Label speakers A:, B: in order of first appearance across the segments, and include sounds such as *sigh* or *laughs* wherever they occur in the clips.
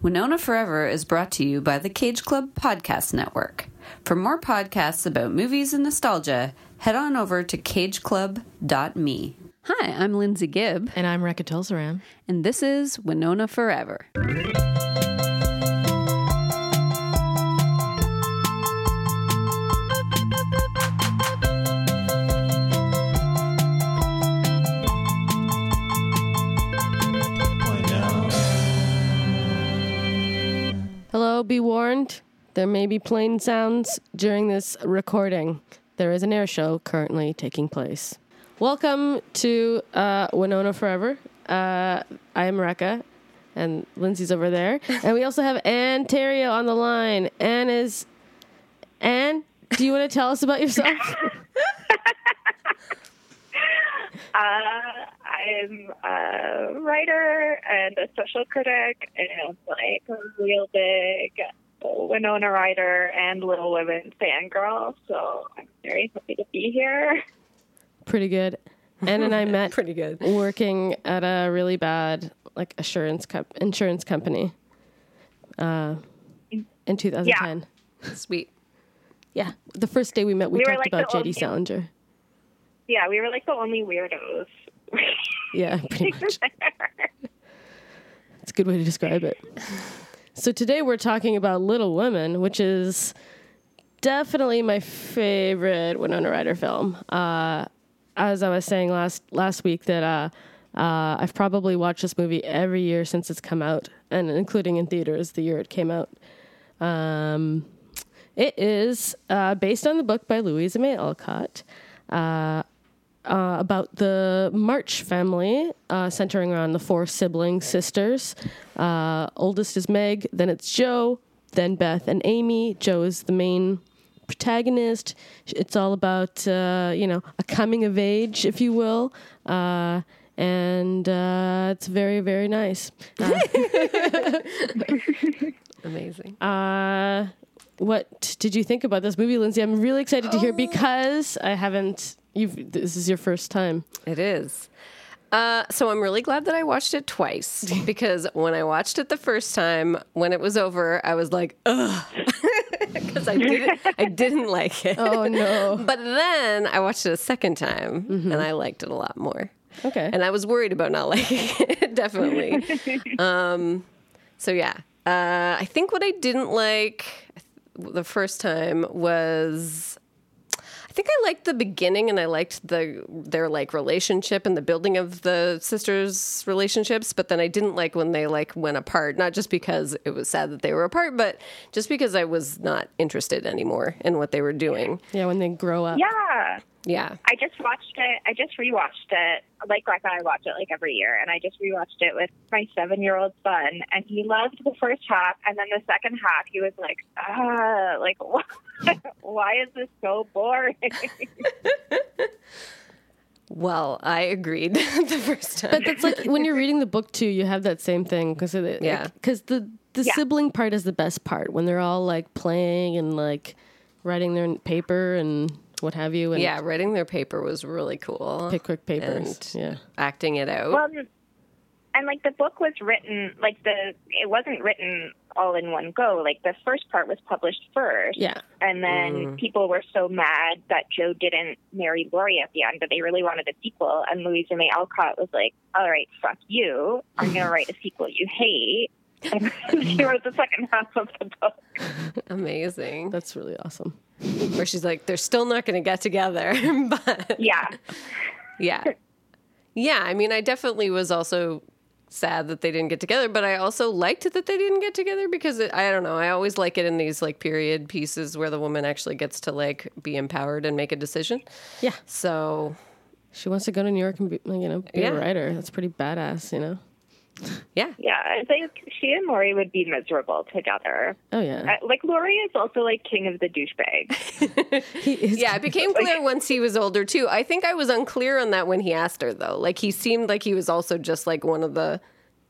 A: Winona Forever is brought to you by the Cage Club Podcast Network. For more podcasts about movies and nostalgia, head on over to cageclub.me. Hi, I'm Lindsay Gibb,
B: And I'm Rekha Tulsaram.
A: and this is Winona Forever.
C: Hello, be warned. There may be plane sounds during this recording. There is an air show currently taking place. Welcome to uh, Winona Forever. Uh, I am Rekka, and Lindsay's over
B: *laughs*
C: there. And we also have Ann Terrio on the line. Ann is. Ann, do you want to tell us about yourself?
D: Uh, I'm a writer and a social critic and like a real big Winona Ryder and Little Women fangirl. So I'm very happy to be here.
C: Pretty good. Ann and I met
B: Pretty good.
C: working at a really bad like assurance co- insurance company uh, in 2010.
A: Sweet.
C: Yeah. The first day we met, we,
D: We were,
C: talked
D: like,
C: about
D: the
C: JD
D: only-
C: Salinger.
D: Yeah, we were like the only weirdos. *laughs*
C: Yeah, pretty much. It's a good way to describe it. So today we're talking about Little Women, which is definitely my favorite Winona Ryder film. Uh, as I was saying last last week, that uh, uh, I've probably watched this movie every year since it's come out, and including in theaters the year it came out. Um, it is uh, based on the book by Louisa May Alcott. about the March family, uh, centering around the four sibling sisters. Uh, oldest is Meg, then it's Joe, then Beth and Amy. Joe is the main protagonist. It's all about, uh, you know, a coming of age, if you will. Uh, and uh, it's very, very nice.
B: Amazing.
C: Uh, what did you think about this movie, Lindsay? I'm really excited to hear because I haven't. You've, this is your first time.
B: It is. Uh, so I'm really glad that I watched it twice because when I watched it the first time, when it was over, I was like, ugh, *laughs* because I didn't, I didn't like it.
C: Oh, no.
B: But then I watched it a second time and I liked it a lot more.
C: Okay.
B: And I was worried about not *laughs* liking it, definitely. um, so, yeah. Uh, I think what I didn't like the first time was. I think I liked the beginning and I liked the their like relationship and the building of the sisters' relationships, but then I didn't like when they like went apart, not just because it was sad that they were apart, but just because I was not interested anymore in what they were doing.
C: *laughs* Yeah, when they grow up.
D: Yeah.
B: Yeah.
D: I just watched it. I just rewatched it. Like Rebecca, I watch it like every year, and I just rewatched it with my seven-year-old son, and he loved the first half, and then the second half, he was like, "Ah, like *laughs* why, why is this so boring?" *laughs*
B: Well, I agreed *laughs* the first time.
C: But that's like when you're reading the book too, you have that same thing because
B: Yeah.
C: because the the
D: Yeah.
C: sibling part is the best part when they're all like playing and like writing their paper and what have you and
B: Yeah, writing their paper was really cool.
C: pickwick papers.
B: And
C: Yeah,
B: acting it out.
D: Well, and like the book was written, like the it wasn't written all in one go. Like the first part was published first,
C: yeah,
D: and then people were so mad that Joe didn't marry Lori at the end, but they really wanted a sequel. And Louisa May Alcott was like, "All right, fuck you. I'm gonna write a sequel you hate." *laughs* And she wrote the second half of the book.
B: Amazing.
C: that's really awesome.
B: Where she's like, they're still not going to get together. *laughs* but
D: Yeah,
B: yeah. Yeah. I mean, I definitely was also sad that they didn't get together, but I also liked that they didn't get together because it, I don't know. I always like it in these like period pieces where the woman actually gets to like be empowered and make a decision.
C: Yeah,
B: So
C: she wants to go to New York and be, you know be
B: Yeah.
C: a writer. That's pretty badass, you know.
B: yeah.
D: yeah. I think she and Lori would be miserable together.
C: Oh yeah,
D: Uh, Like Lori is also like king of the douchebag.
C: he is.
B: *laughs* Yeah, it became clear once he was older too. I think I was unclear on that when he asked her though. Like he seemed like he was also just like one of the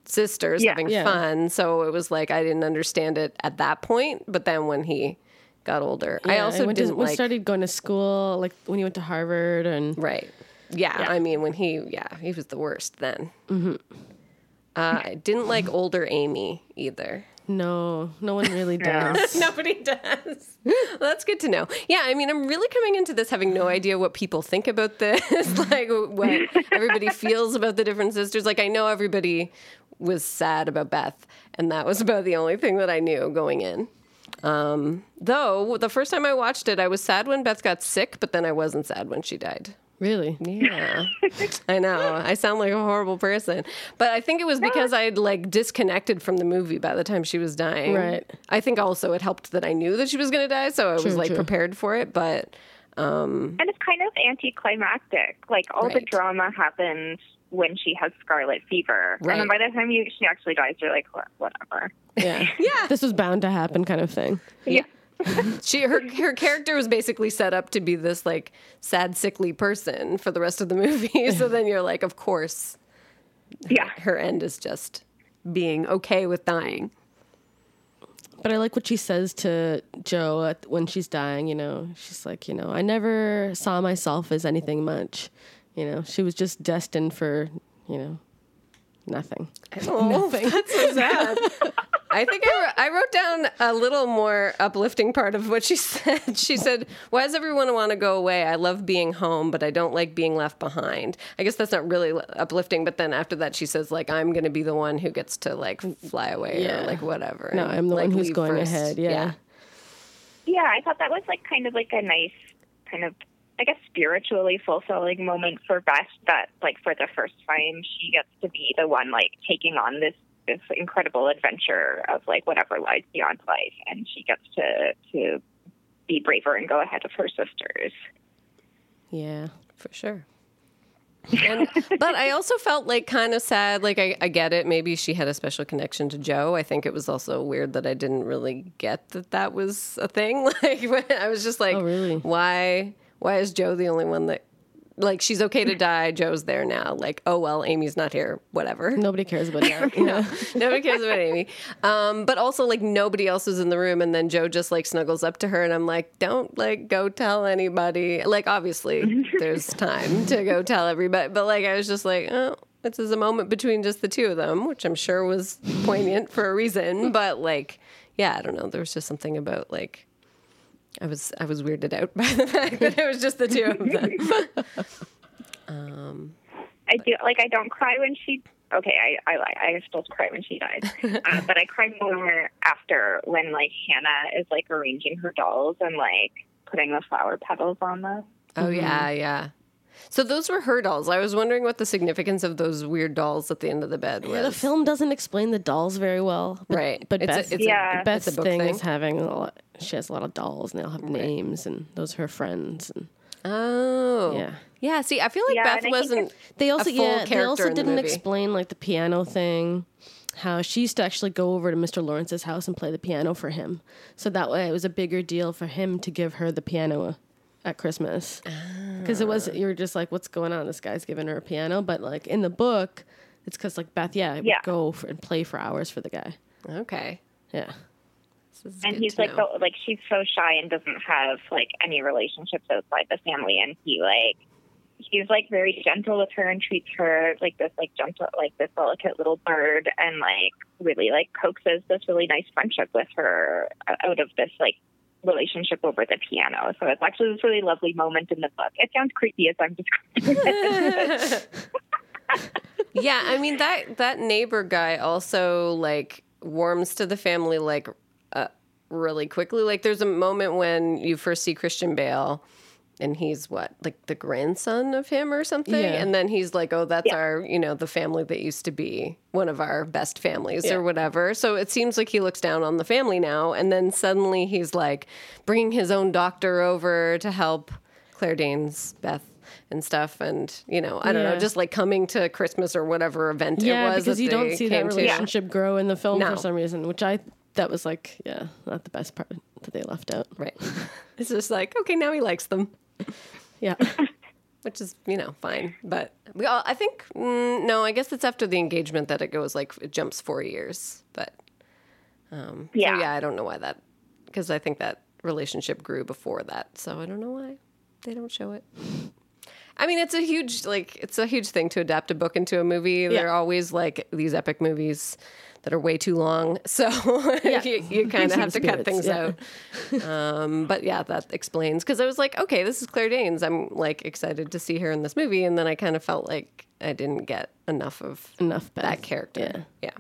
B: sisters
D: Yeah.
B: having
C: Yeah.
B: fun. So it was like I didn't understand it at that point. But then when he got older, I
C: yeah,
B: also
C: when,
B: didn't
C: when
B: like
C: started going to school, like when he went to Harvard and
B: right. Yeah, I mean when he yeah he
C: Mm-hmm.
B: was the worst then. Uh, I didn't like older Amy either.
C: No, no one
B: *laughs*
C: really does.
B: Nobody does. That's good to know. Yeah, I mean, I'm really coming into this having no idea what people think about this, *laughs* like what everybody feels about the different sisters. Like, I know everybody was sad about Beth, and that was about the only thing that I knew going in. Um, though, the first time I watched it, I was sad when Beth got sick, but then I wasn't sad when she died.
C: Really? *laughs*
B: Yeah, I know. I sound like a horrible person, but I think it was because I had like disconnected from the movie by the time she was dying.
C: Right.
B: I think also it helped that I knew that she was going to die, so I was
C: True,
B: like
C: true.
B: prepared for it. But
D: And it's kind of anticlimactic. Like all the
B: Right.
D: drama happens when she has scarlet fever, and then by
B: Right.
D: the time you she actually dies, you're like, "Wha-
B: *laughs*
D: whatever.
C: Yeah.
B: *laughs* Yeah.
C: This was bound to happen kind of thing.
D: Yeah.
B: she her her character was basically set up to be this like sad, sickly person for the rest of the movie. *laughs* so then you're like, of course,
D: Yeah.
B: her end is just being okay with dying.
C: But I like what she says to Joe at, when she's dying, you know. She's like, you know, I never saw myself as anything much. You know, she was just destined for, you know, *laughs* nothing.
B: Oh, that's so sad. I think I, wrote- I wrote down a little more uplifting part of what she *laughs* said. She said, Why does everyone want to go away? I love being home, but I don't like being left behind. I guess that's not really uplifting, but then after that, she says, like, I'm going to be the one who gets to, like, fly away
C: Yeah.
B: or, like, whatever.
C: No,
B: and,
C: I'm the
B: like,
C: one who's
B: leave
C: going
B: first.
C: ahead. Yeah.
D: Yeah, I thought that was like kind of like a nice kind of I guess spiritually fulfilling moment for Beth that like for the first time she gets to be the one like taking on this this incredible adventure of like whatever lies beyond life and she gets to to be braver and go ahead of her sisters.
C: Yeah.
B: for sure. and, but I also felt like kind of sad. Like I, I get it. Maybe she had a special connection to Joe. I think it was also weird that I didn't really get that that was a thing. *laughs* Like when I was just like,
C: Oh, really?
B: why? Why is Joe the only one that? Like she's okay to die. Joe's there now. Like oh well, Amy's not here. Whatever.
C: Nobody cares about that. *laughs*
B: *laughs*
C: you know?
B: Nobody cares about Amy. Um, but also, like, nobody else is in the room. And then Joe just, like, snuggles up to her. And I'm like, don't, like, go tell anybody.
C: *laughs*
B: Like, obviously, there's time to go tell everybody. But, like, I was just like, oh, this is a moment between just the two of them, which I'm sure was poignant for a reason. But, like, yeah, I don't know. There was just something about, like, I was I was weirded out *laughs* by the fact that it was just the two of them.
D: I do like I don't cry when she. Okay, I I lie. I still cry when she dies, uh, but I cry more after when like Hannah is like arranging her dolls and like putting the flower petals on them.
B: Oh yeah,
C: Mm-hmm.
B: yeah. So those were her dolls. I was wondering what the significance of those weird dolls at the end of the bed was.
C: Yeah, the film doesn't explain the dolls very well. But,
B: Right.
C: But
B: It's a-
C: Beth,
B: it's
D: a- Yeah. it's a
C: Beth's
B: book
C: thing,
B: thing.
C: is having a lot, she has a lot of dolls and they all have names and those are her friends. And
B: Oh.
C: Yeah.
B: Yeah. See, I feel like
D: Yeah, and I
B: Beth
D: think
B: wasn't.
C: They also
B: full
C: yeah, they
B: character
C: also
B: in the
C: didn't
B: movie.
C: explain like the piano thing. How she used to actually go over to Mr. Lawrence's house and play the piano for him. So that way it was a bigger deal for him to give her the piano at Christmas.
B: Ah.
C: Cuz it was you were just like what's going on this guy's giving her a piano but like in the book it's cuz like Beth yeah, would
D: Yeah.
C: go for, and play for hours for the guy.
B: Okay.
C: Yeah.
B: This is
D: And
B: good
D: he's
B: to
D: like
B: know.
D: the, like she's so shy and doesn't have like any relationships outside the family, and he like he's like very gentle with her and treats her like this like gentle like this delicate little bird, and like really like coaxes this really nice friendship with her out of this like relationship over the piano. So it's actually this really lovely moment in the book. It sounds creepy as I'm describing
B: *laughs*
D: it. *laughs*
B: yeah, I mean that that neighbor guy also like warms to the family like uh, really quickly. Like there's a moment when you first see Christian Bale and he's what like the grandson of him or something
C: Yeah.
B: and then he's like oh that's
D: Yeah.
B: our you know the family that used to be one of our best families
C: Yeah.
B: or whatever so it seems like he looks down on the family now and then suddenly he's like bringing his own doctor over to help claire danes beth and stuff and you know i don't
C: Yeah.
B: know just like coming to christmas or whatever event it
C: Yeah,
B: was
C: because
B: that
C: you
B: they
C: don't see that
B: came to.
C: relationship grow in the film
B: No.
C: for some reason, which I that was like yeah, not the best part that they left out.
B: right *laughs* it's just like okay now he likes them
C: Yeah.
B: which is you know fine but we all, i think mm, no i guess it's after the engagement that it goes like it jumps four years but um so
D: Yeah.
B: yeah i don't know why that because i think that relationship grew before that so i don't know why they don't show it I mean, it's a huge like it's a huge thing to adapt a book into a movie. they There are always like these epic movies that are way too long, *laughs* so
C: Yeah.
B: you, you kind of have to cut
C: Spirits,
B: things
C: yeah.
B: out. Um, but yeah, that explains because I was like, okay, this is Claire Danes. I'm like excited to see her in this movie, and then I kind of felt like I didn't get enough of
C: Enough bad.
B: that character. Yeah.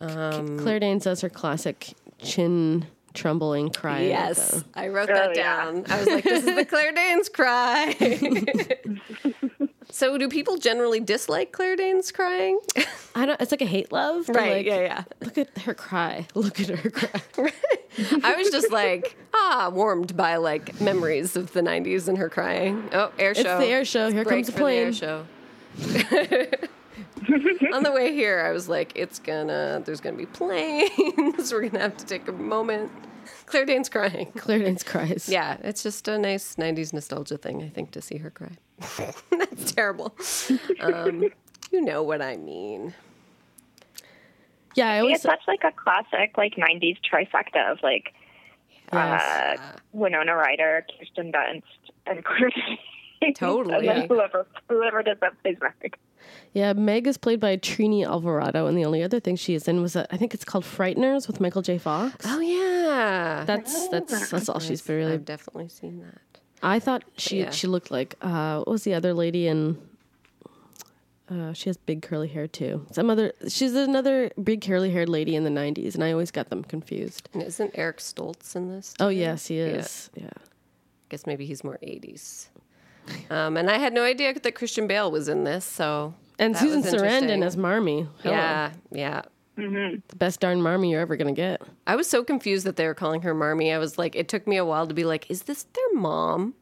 B: Um,
C: Claire Danes does her classic chin trembling cry. in it,
B: Yes,
C: though.
B: I wrote
D: Oh,
B: that
D: yeah.
B: down. I was like, this is the Claire
D: *laughs*
B: Danes cry. so, do people generally dislike Claire Danes crying? *laughs*
C: I don't. It's like a hate love. but, Like,
B: yeah.
C: Look at her cry. *laughs* Look at her cry.
B: *laughs* I was just like, ah, warmed by like memories of the 90s and her crying. Oh, air
C: It's
B: show.
C: the air show. Here
B: Break
C: comes the
B: for air
C: plane.
B: show. *laughs* On the way here, I was like, it's gonna, there's gonna be planes. *laughs* We're gonna have to take a moment. Claire Danes crying.
C: Claire Danes cries.
B: *laughs* Yeah, it's just a nice 90s nostalgia thing, I think, to see her cry. *laughs* That's terrible. Um, you know what I mean.
C: Yeah. I
D: It's
B: uh,
C: always.
D: such like a classic like '90s trifecta of like
C: Yes.
D: uh, Winona Ryder, Kirsten Dunst, and Claire. Danes.
B: Totally.
D: and then whoever whoever does that plays Meg.
C: Yeah. Meg is played by Trini Alvarado, and the only other thing she is in was a, I think it's called Frighteners with Michael J. Fox.
B: Oh, yeah.
C: That's that's that's all she's been really.
B: I've definitely seen that.
C: I thought she
B: Um, yeah.
C: she looked like uh, what was the other lady in. Uh, she has big curly hair too. Some other, she's another big curly haired lady in the '90s, and I always got them confused.
B: And isn't Eric Stoltz in this?
C: Oh yes, he is. Yeah,
B: guess maybe he's more 80s. Um, and I had no idea that Christian Bale was in this, so.
C: and
B: that
C: Susan
B: was interesting.
C: Sarandon as Marmy. Hello.
B: Yeah, yeah.
C: the best darn Marmy you're ever gonna get.
B: I was so confused that they were calling her Marmy. I was like, it took me a while to be like, is this their mom?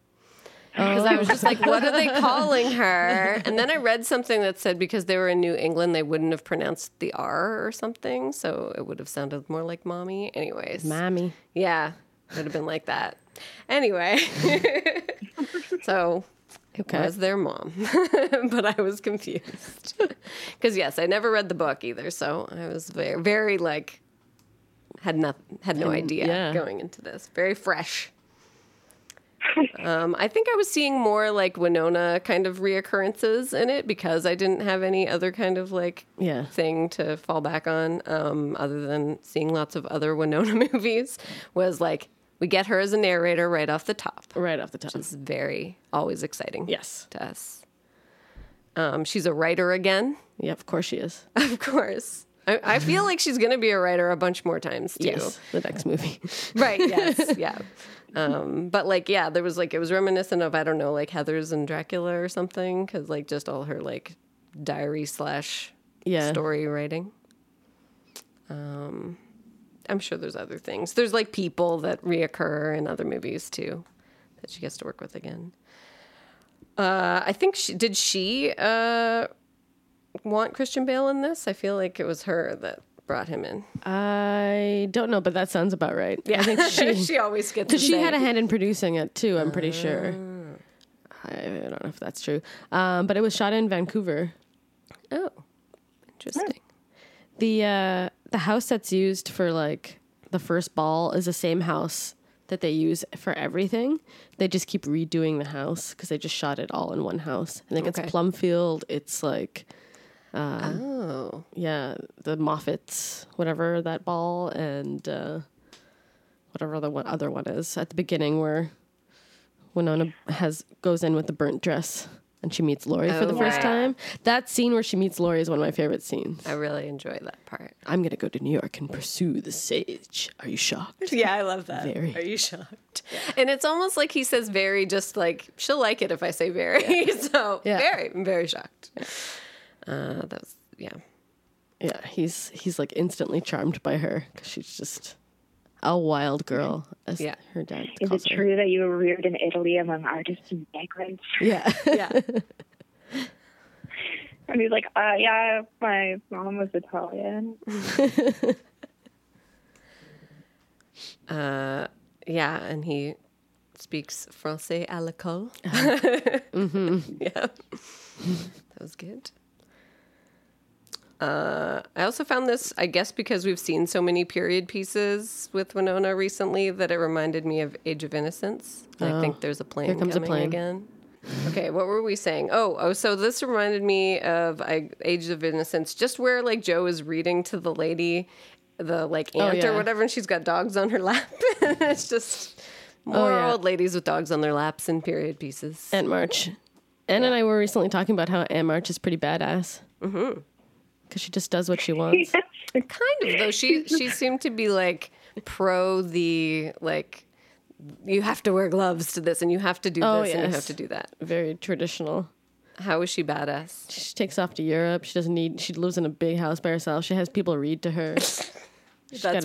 B: Because I was just like, what are they calling her? And then I read something that said because they were in New England, they wouldn't have pronounced the R or something. So it would have sounded more like mommy. Anyways.
C: *laughs* Mammy.
B: yeah, it would have been like that. Anyway. *laughs* so it
C: Okay.
B: was their mom. *laughs* but I was confused. *laughs* Because, yes, I never read the book either. So I was very, very like, had not had no idea
C: Mm, yeah.
B: going into this. Very fresh. um, I think I was seeing more like Winona kind of reoccurrences in it because I didn't have any other kind of like *laughs*
C: Yeah.
B: thing to fall back on um, other than seeing lots of other Winona *laughs* movies. Was like we get her as a narrator right off the top.
C: Right off the top.
B: It's very always exciting.
C: Yes.
B: to us. Um, she's a writer again, *laughs*
C: Yeah, of course she is.
B: of course. I, I feel like she's going to be a writer a bunch more times too.
C: Yes. The next movie.
B: *laughs* Right. Yes. yeah. Um, but like, yeah, there was like it was reminiscent of I don't know, like Heather's and Dracula or something, because like just all her like diary slash
C: Yeah.
B: story writing. Um, I'm sure there's other things. There's like people that reoccur in other movies too, that she gets to work with again. Uh, I think she did. She uh, want Christian Bale in this? I feel like it was her that brought him in.
C: I don't know, but that sounds about right. Yeah. I
B: *laughs*
C: think she
B: she always gets.
C: Because
B: to
C: she
B: say-
C: had a hand in producing it too, I'm pretty sure.
B: Ah.
C: I don't know if that's true. Um, but it was shot in Vancouver.
B: Oh, interesting.
C: The uh, the house that's used for like the first ball is the same house that they use for everything. They just keep redoing the house because they just shot it all in one house. I think
B: Okay.
C: it's Plumfield. It's like
B: Oh,
C: yeah, the Moffats, whatever that ball, and uh, whatever the one other one is at the beginning where Winona has goes in with the burnt dress and she meets Lori for the
B: Oh,
C: first
B: wow.
C: time. That scene where she meets Lori is one of my favorite scenes.
B: I really enjoy that part.
C: I'm gonna go to New York and pursue the sage. Are you shocked?
B: *laughs* Yeah, I love that.
C: Very.
B: Are you shocked? And it's almost like he says very, just like she'll like it if I say very. *laughs* so
C: Yeah.
B: very, I'm very shocked. Uh, that was yeah.
C: Yeah, he's he's like instantly charmed by her because she's just a wild girl. As
B: Yeah.
C: her dad
D: Is
C: calls
D: it
C: her.
D: true that you were reared in Italy among artists and migrants?
C: Yeah, *laughs*
B: Yeah.
D: And he's like, uh, yeah, my mom was Italian.
B: *laughs*
D: *laughs*
B: yeah, and he speaks Francais à l'école. Uh-huh. *laughs* yeah. That was good. Uh, I also found this, I guess, because we've seen so many period pieces with Winona recently that it reminded me of Age of Innocence. I think there's Oh, a plane
C: comes a
B: coming
C: plane.
B: again. Okay, what were we saying? Oh, oh, so this reminded me of I, Age of Innocence, just where like Joe is reading to the lady, the like aunt or
C: yeah.
B: whatever, and she's got dogs on her *laughs* lap. it's just more
C: yeah.
B: old ladies with dogs on their laps and period pieces.
C: Aunt March. Anne and I were recently talking about how Aunt March is pretty badass. Mm-hmm. Because she just does what she wants.
D: *laughs*
B: kind of though she she seemed to be like pro the like you have to wear gloves to this and you have to do
C: Oh,
B: this and you
C: yes.
B: have to do that
C: Very traditional.
B: how is she badass
C: She takes off to Europe. She doesn't need. She lives in a big house by herself. She has people read to her. She's
B: that's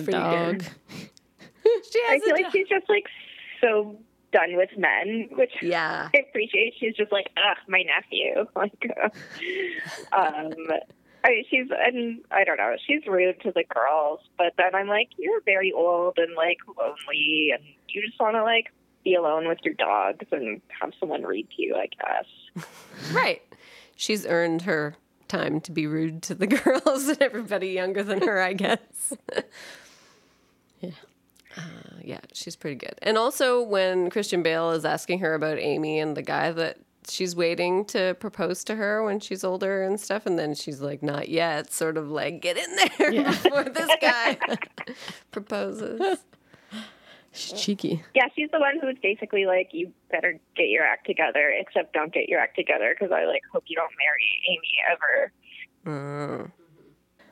C: got a
B: pretty
C: dog.
B: good *laughs* she
D: I
B: has
D: feel
B: a
D: like
B: dog.
D: she's just like so done with men, which
B: yeah
D: I appreciate. She's just like, ugh, my nephew. *laughs* Like, uh, um, I mean, she's and I don't know. She's rude to the girls, but then I'm like, you're very old and like lonely, and you just want to like be alone with your dogs and have someone read to you. I guess.
B: Right. She's earned her time to be rude to the *laughs* girls and everybody younger than her, I guess. *laughs* yeah. Uh, yeah, she's pretty good. And also, when Christian Bale is asking her about Amy and the guy that she's waiting to propose to her when she's older and stuff, and then she's like, not yet, sort of like, get in there *laughs* before this guy *laughs* proposes.
C: She's cheeky.
D: Yeah, she's the one who's basically like, you better get your act together. Except don't get your act together because I like hope you don't marry Amy ever.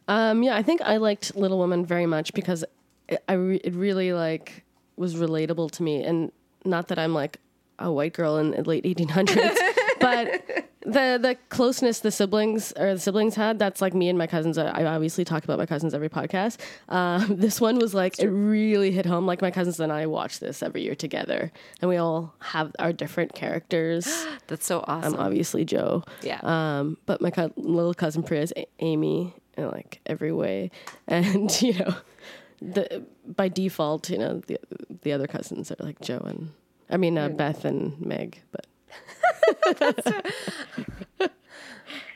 C: Um, yeah, I think I liked Little Woman very much because it, I re- it really like was relatable to me, and not that I'm like a white girl in the late 1800s, but the the closeness the siblings or the siblings had that's like me and my cousins. I, I obviously talk about my cousins every podcast. Um, *laughs* this one was like it really hit home. Like my cousins and I watch this every year together, and we all have our different characters.
B: That's so
C: I'm
B: awesome.
C: obviously Joe.
B: Yeah.
C: Um, but my co- little cousin Priya is A- Amy in like every way, *laughs* and you know, the by default, you know, the the other cousins are like Joe and I mean uh, Beth and Meg. But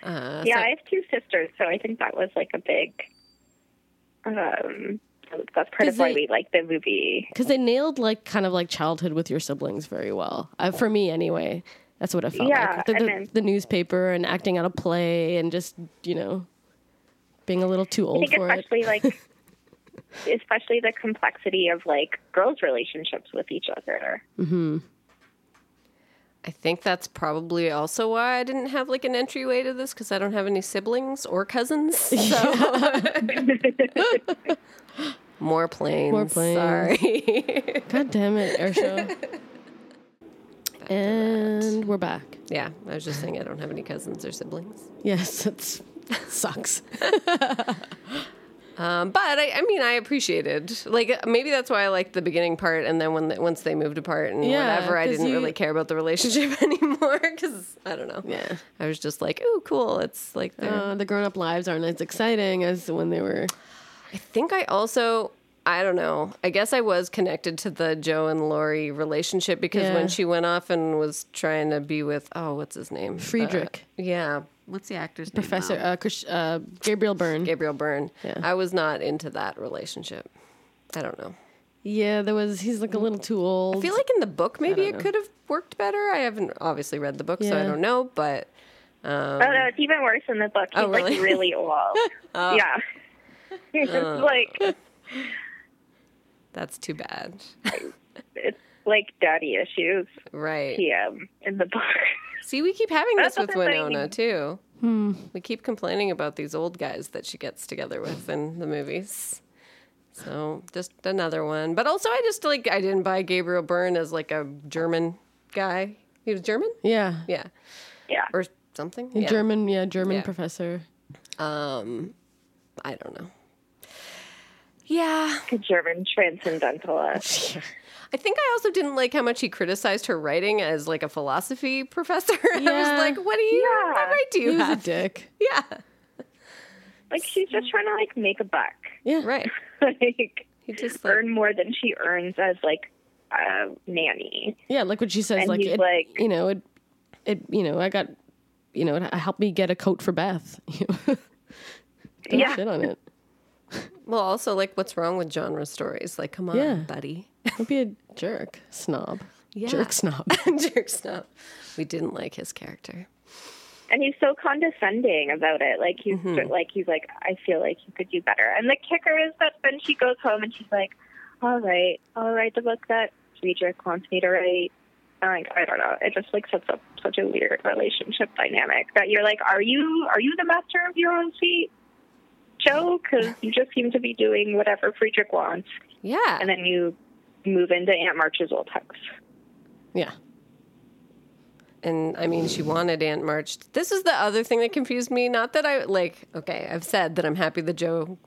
D: yeah, I have two sisters, so I think that was like a big. Um, that's part of
C: Does
D: why
C: it-
D: we like the movie.
C: because they nailed like kind of like childhood with your siblings very well, uh, for me anyway. That's what I felt
D: Yeah,
C: like. The,
D: and
C: the,
D: then-
C: the newspaper and acting out a play and just you know, being a little too
D: I
C: old
D: think
C: for it.
D: especially like, *laughs* especially the complexity of like girls' relationships with each other.
B: I think that's probably also why I didn't have like an entryway to this because I don't have any siblings or
C: *laughs*
B: cousins. So *laughs* more planes.
C: More planes.
B: Sorry. *laughs*
C: God damn it, air
D: *laughs*
C: show. and we're back.
B: yeah, I was just saying I don't have any cousins or siblings.
C: Yes, it's, it sucks.
B: *laughs* Um, but I, I mean, I appreciated like maybe that's why I liked the beginning part, and then when the, once they moved apart and
C: Yeah,
B: whatever, I
C: 'cause
B: didn't
C: you-
B: really care about the relationship *laughs* anymore because I don't know.
C: Yeah.
B: I was just like, oh, cool. It's like they're
C: Uh, the grown up lives aren't as exciting as when they were.
B: think I also I don't know. I guess I was connected to the Joe and Lori relationship because
C: Yeah.
B: when she went off and was trying to be with oh, what's his name?
C: Friedrich.
B: Uh, yeah.
A: What's the actor's
C: Professor uh, Chris, uh, Gabriel Byrne.
B: Gabriel Byrne.
C: Yeah.
B: I was not into that relationship. I don't know.
C: yeah, there was. He's like a little too old.
B: I feel like in the book maybe it could have worked better. I haven't obviously read the book, so I
C: Yeah.
B: don't know, but
D: oh no, it's even worse in the book. He's
B: Oh, really?
D: like really old. Yeah, *laughs* it's like
B: that's too bad. *laughs*
D: it's like daddy issues.
B: right.
D: PM in the book. *laughs*
B: See, we keep having
D: That's
B: this with
D: what they're saying.
B: Winona too.
C: Hmm.
B: We keep complaining about these old guys that she gets together with in the movies. So just another one. But also, I just like I didn't buy Gabriel Byrne as like a German guy. He was German,
C: yeah,
B: yeah,
D: yeah,
B: or something.
C: A
B: Yeah.
C: German. Yeah, German
B: Yeah.
C: professor.
B: Um, I don't know. Yeah,
D: a German transcendentalist.
B: I think I also didn't like how much he criticized her writing as like a philosophy *laughs* professor. I was
C: Yeah.
B: like, what do you?
D: Yeah.
B: What right do
C: He
B: you
C: was a
B: have?
C: dick.
B: Yeah,
D: Like she's just trying to like make a buck, *laughs*
C: Yeah,
B: right.
D: like
B: He just like,
D: earn more than she earns as like a nanny.
C: Yeah, like what she says.
D: And
C: Like,
D: he's
C: it,
D: like-
C: you know, it, it, you know, I got, you know, it helped me get a coat for Beth. *laughs* You know? Don't
D: Yeah.
C: shit on it.
B: Well, also, like, what's wrong with genre stories? Like, come on,
C: Yeah.
B: buddy.
C: Don't be a jerk, snob.
B: Yeah.
C: Jerk
B: *laughs*
C: snob.
B: *laughs* Jerk snob. We didn't like his character.
D: and he's so condescending about it. Like he's like he's like I feel like you could do better. And the kicker is that then she goes home and she's like, "All right, I'll write the book that Friedrich wants me to write." And, Like I don't know, it just like sets up such a weird relationship dynamic that you're like, "Are you are you the master of your own fate, Joe? Because you just seem to be doing whatever Friedrich wants,
B: Yeah.
D: and then you move into Aunt March's old house."
C: Yeah.
B: And I mean, she wanted Aunt March. This is the other thing that confused me. Not that I like, okay, I've said that I'm happy that Joe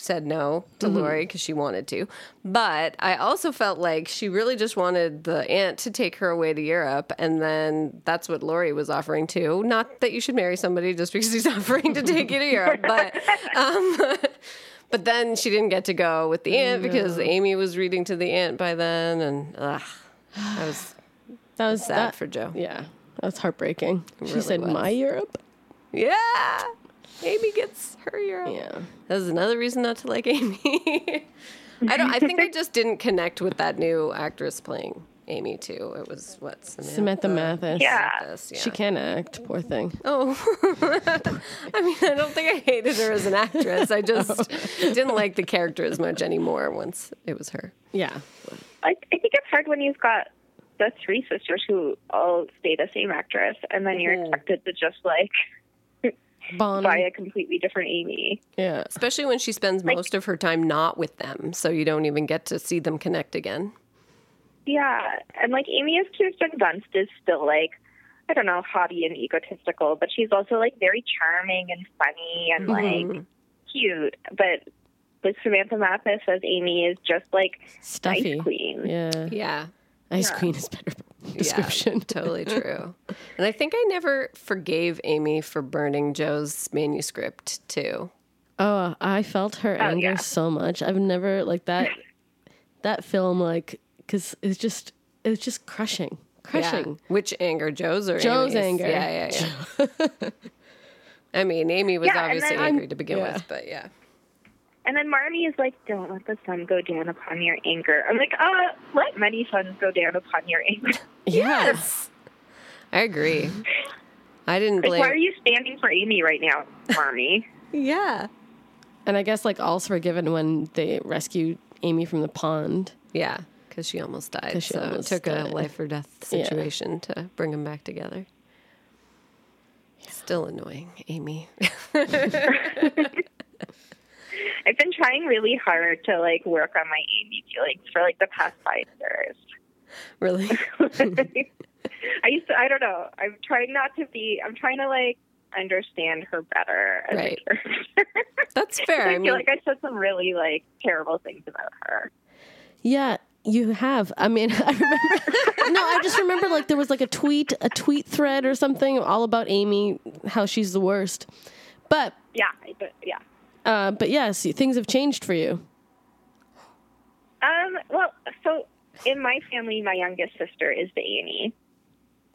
B: said no to Lori because she wanted to. But I also felt like she really just wanted the aunt to take her away to Europe. And then that's what Lori was offering too. Not that you should marry somebody just because he's *laughs* offering to take you to Europe, but. Um, *laughs* But then she didn't get to go with the aunt because Amy was reading to the aunt by then, and ugh, I was
C: That was
B: sad
C: that.
B: for Joe.
C: yeah. That's heartbreaking. she
B: really
C: said,
B: was.
C: "My Europe."
B: Yeah. Amy gets her Europe.
C: Yeah.
B: That was another reason not to like Amy. *laughs* I don't I think I just didn't connect with that new actress playing Amy too. It was what Samantha,
C: Samantha Mathis.
D: Uh, Yeah.
B: Mathis, yeah. *laughs*
C: She can act. Poor thing.
B: Oh. I mean, I don't think I hated her as an actress. I *laughs* just didn't like the character as much anymore once it was her.
C: Yeah.
D: I, I think it's hard when you've got the three sisters who all stay the same actress, and then you're expected to just like
C: Bon.
D: buy a completely different Amy.
C: Yeah.
B: Especially when she spends most of her time not with them, so you don't even get to see them connect again.
D: Yeah, and like Amy as Kirsten Dunst is still like I don't know, haughty and egotistical, but she's also like very charming and funny and like cute. But with Samantha Mathis as Amy is just like
C: Stuffy.
D: ice queen.
C: Yeah.
B: Yeah.
C: Ice queen is better *laughs* description.
B: Yeah, totally true. and I think I never forgave Amy for burning Joe's manuscript too.
C: *laughs* Oh, I felt her anger
D: yeah.
C: so much. I've never like that. that film, like, because it's just it's just crushing,
B: Yeah.
C: crushing.
B: Which anger, Joe's or
C: Joe's
B: Amy's?
C: anger.
B: Yeah, yeah, yeah. I mean, Amy was
D: Yeah, and
B: obviously
D: then-
B: angry to begin
C: yeah.
B: with, but yeah.
D: And then Marnie is like, "Don't let the sun go down upon your anger." I'm like, "Uh, let many suns go down upon your anger."
B: Yes, I agree. I didn't
D: Like,
B: blame.
D: why are you standing for Amy right now, Marnie?
B: Yeah,
C: And I guess like all's forgiven when they rescue Amy from the pond.
B: yeah, because she almost died.
C: 'Cause she
B: so
C: almost
B: it took
C: died.
B: a life or death
C: Yeah.
B: situation to bring them back together. Still annoying, Amy.
D: *laughs*
B: *laughs*
D: I've been trying really hard to like work on my Amy feelings for like the past five years. *laughs*
B: really.
D: I used to, I don't know. I'm trying not to be. I'm trying to like understand her better. As
B: Right.
D: A *laughs* character.
B: That's fair.
D: I,
B: I,
D: feel
B: mean,
D: like I said some really like terrible things about her.
C: Yeah, you have. I mean, *laughs* I remember. no, I just remember like there was like a tweet, a tweet thread or something all about Amy, how she's the worst. But
D: Yeah, I- but yeah.
C: uh, but yes, things have changed for you.
D: Um, well, so in my family, my youngest sister is the Amy,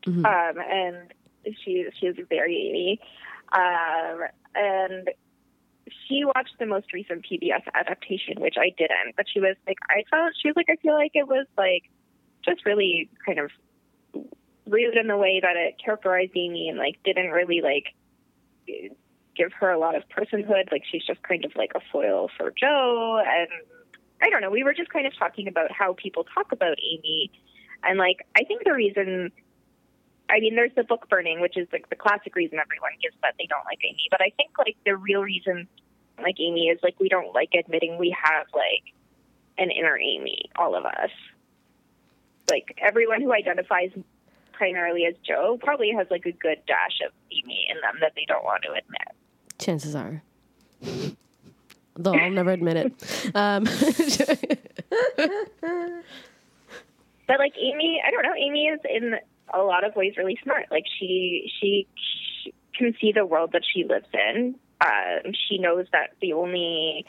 D: um, and she she's very Amy, um, and she watched the most recent PBS adaptation, which I didn't, but she was like, I felt she was like, I feel like it was like just really kind of rude in the way that it characterized Amy and like didn't really like give her a lot of personhood. Like she's just kind of like a foil for Joe and I don't know. We were just kind of talking about how people talk about Amy. And like I think the reason I mean there's the book burning, which is like the classic reason everyone gives that they don't like Amy. But I think like the real reason like Amy is like we don't like admitting we have like an inner Amy, all of us. Like everyone who identifies primarily as Joe probably has like a good dash of Amy in them that they don't want to admit.
C: Chances are. *laughs* Though I'll never admit it. Um, *laughs*
D: but like Amy, I don't know. Amy is in a lot of ways really smart. Like she she, she can see the world that she lives in. Um, she knows that the only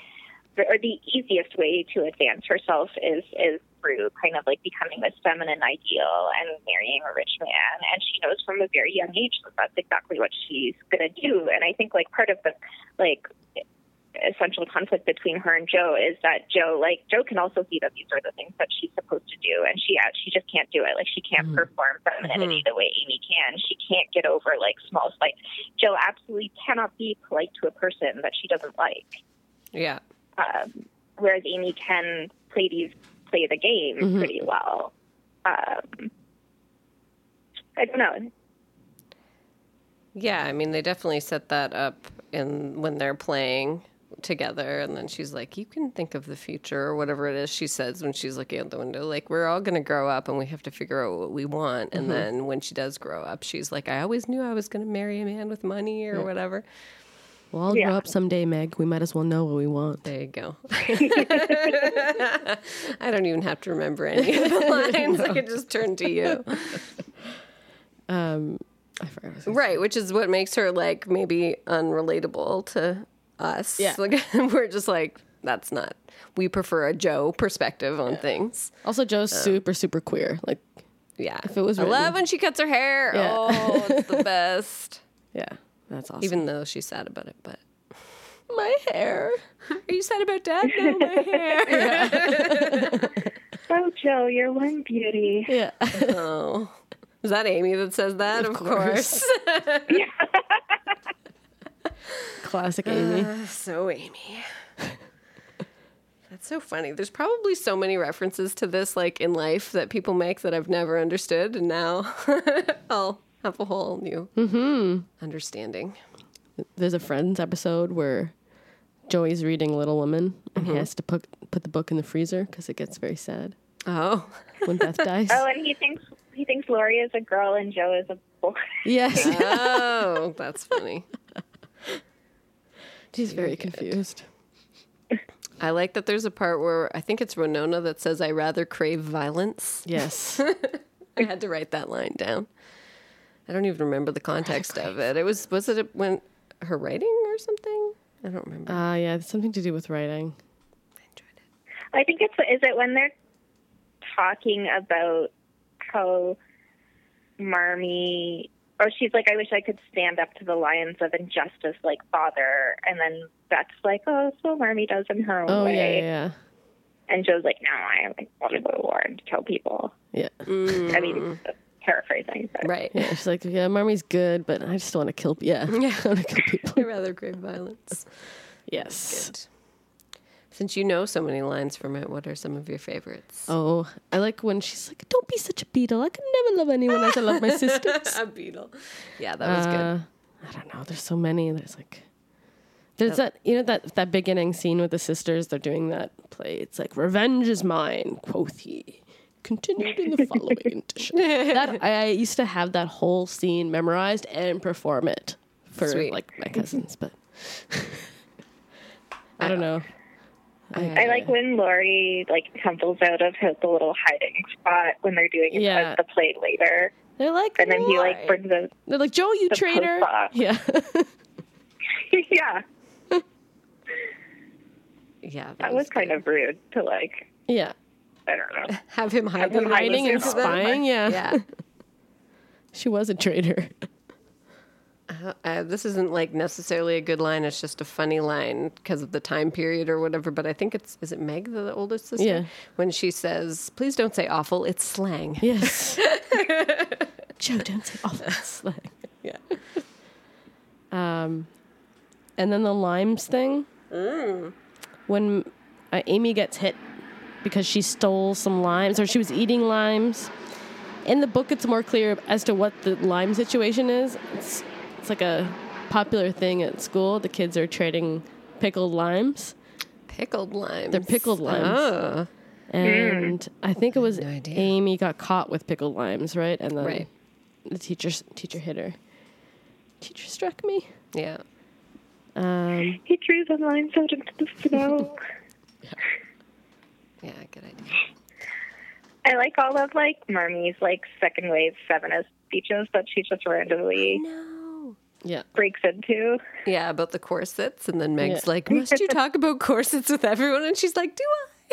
D: or the easiest way to advance herself is is through kind of like becoming this feminine ideal and marrying a rich man. And she knows from a very young age that that's exactly what she's gonna do. And I think like part of the like essential conflict between her and Joe is that Joe, like Joe, can also see that these are the things that she's supposed to do, and she uh, she just can't do it. Like she can't perform femininity the way Amy can. She can't get over like small slights. Joe absolutely cannot be polite to a person that she doesn't like,
B: Yeah.
D: um, whereas Amy can play these play the game pretty well. Um, I don't know.
B: Yeah, I mean they definitely set that up in when they're playing together and then she's like, You can think of the future or whatever it is she says when she's looking out the window, like we're all gonna grow up and we have to figure out what we want and then when she does grow up, she's like, I always knew I was gonna marry a man with money or whatever.
C: We'll all
D: Yeah.
C: grow up someday, Meg. We might as well know what we want.
B: There you go. *laughs* I don't even have to remember any *laughs* of the lines. I can just turn to you.
C: I forgot. what I was gonna
B: Right, which is what makes her like maybe unrelatable to us.
C: Yeah.
B: Like *laughs* we're just like that's not. We prefer a Joe perspective on things.
C: say. Also, Joe's super, super queer. Like,
B: Yeah. If
C: it was
B: I
C: written-
B: love when she cuts her hair.
C: Yeah.
B: Oh,
C: *laughs*
B: it's the best.
C: yeah, that's awesome.
B: Even though she's sad about it, but
C: *laughs* my hair.
B: are you sad about dad? No, my hair.
C: *laughs*
D: Oh, Joe, you're one beauty.
C: Yeah. *laughs*
B: Oh. Is that Amy that says that? Of, course.
C: Classic Amy.
B: so Amy. That's so funny. There's probably so many references to this, like in life, that people make that I've never understood, and now *laughs* I'll have a whole new Mm-hmm. understanding.
C: There's a Friends episode where Joey's reading Little Woman and
D: Mm-hmm.
C: he has to put, put the book in the freezer because it gets very sad
B: Oh,
C: when
D: *laughs*
C: Beth dies.
D: Oh, and he thinks he thinks Lori is a girl and Joe is a boy.
C: Yes.
B: *laughs* oh, that's funny.
C: She's very confused.
B: I like that. There's a part where I think it's Renona that says, "I rather crave violence."
D: *laughs*
C: Yes. Uh,
B: I had to write that line down. I don't even remember the context of it. It was was it when her writing or something? I don't remember.
C: Uh, yeah, it's something to do with writing.
B: I enjoyed it.
D: I think it's is it when they're talking about how Marmy or she's like, I wish I could stand up to the lions of injustice like father and then Beth's like, Oh, that's what Marmy does in her own
C: Oh, yeah,
D: way
C: yeah,
D: and Joe's like, No, I like wanna go to war and kill people.
C: yeah. Yeah.
D: I mean
C: Mm.
D: uh, paraphrasing, but
B: Right.
C: yeah. She's like, yeah, Marmy's good, but I just want to kill. Yeah, yeah. *laughs* I want to kill people.
B: *laughs*
D: *laughs*
B: I rather crave violence.
C: Yes.
B: Since you know so many lines from it, what are some of your *laughs* favorites?
C: Oh, I like when she's like, "Don't be such a beetle. I could never love anyone as I love my
D: *laughs*
C: sisters."
B: A beetle. Yeah, that was
C: Uh, I don't know. There's so many. There's like, there's that you know that that beginning scene with the sisters. They're doing that play. It's like, "Revenge is mine," quoth he. Continued in the
D: *laughs*
C: following edition. That I, I used to have that whole scene memorized and perform it for
B: Sweet.
C: like my cousins, but *laughs* I don't
D: *laughs*
C: know.
D: I like when Lori like tumbles out of his the little hiding spot when they're doing uh,
C: Yeah.
D: the play later.
C: They're like,
D: And then he like
C: "Why?"
D: brings a *laughs*
C: They're like, Joe, you
D: The
C: traitor.
D: postdoc.
C: Yeah. *laughs*
D: yeah.
B: good. Yeah, that,
D: That was kind of rude to like
C: yeah.
D: I don't know. *laughs*
B: have him hide
D: him
B: behind
D: hiding
B: the
D: and
B: sofa. *laughs*
C: spying, yeah.
B: yeah.
C: *laughs* She was a traitor.
B: Uh, this isn't like necessarily a good line. It's just a funny line because of the time period or whatever. But I think it's is it Meg, the oldest sister,
C: Yeah.
B: when she says, "Please don't say awful. It's slang."
C: Yes. Joe, don't say all that slang. *laughs*
B: Yeah.
C: Um, And then the limes thing. When uh, Amy gets hit because she stole some limes or she was eating limes. In the book, it's more clear as to what the lime situation is. It's, it's like a popular thing at school. The kids are trading pickled limes.
B: Pickled limes.
C: They're pickled limes.
B: Oh.
C: And I think it was
B: no idea.
C: Amy got caught with pickled limes, right? And then
B: Right.
C: the teacher teacher hit her. Teacher struck me.
B: Yeah.
C: Um,
D: He drew the lines out into the snow.
B: Yeah. Good idea.
D: I like all of like Marmy's like second wave feminist speeches that she just randomly
B: No.
C: yeah.
D: breaks into.
B: Yeah, about the corsets. And then Meg's
C: Yeah.
B: like, Must you talk about corsets with everyone? And she's like, Do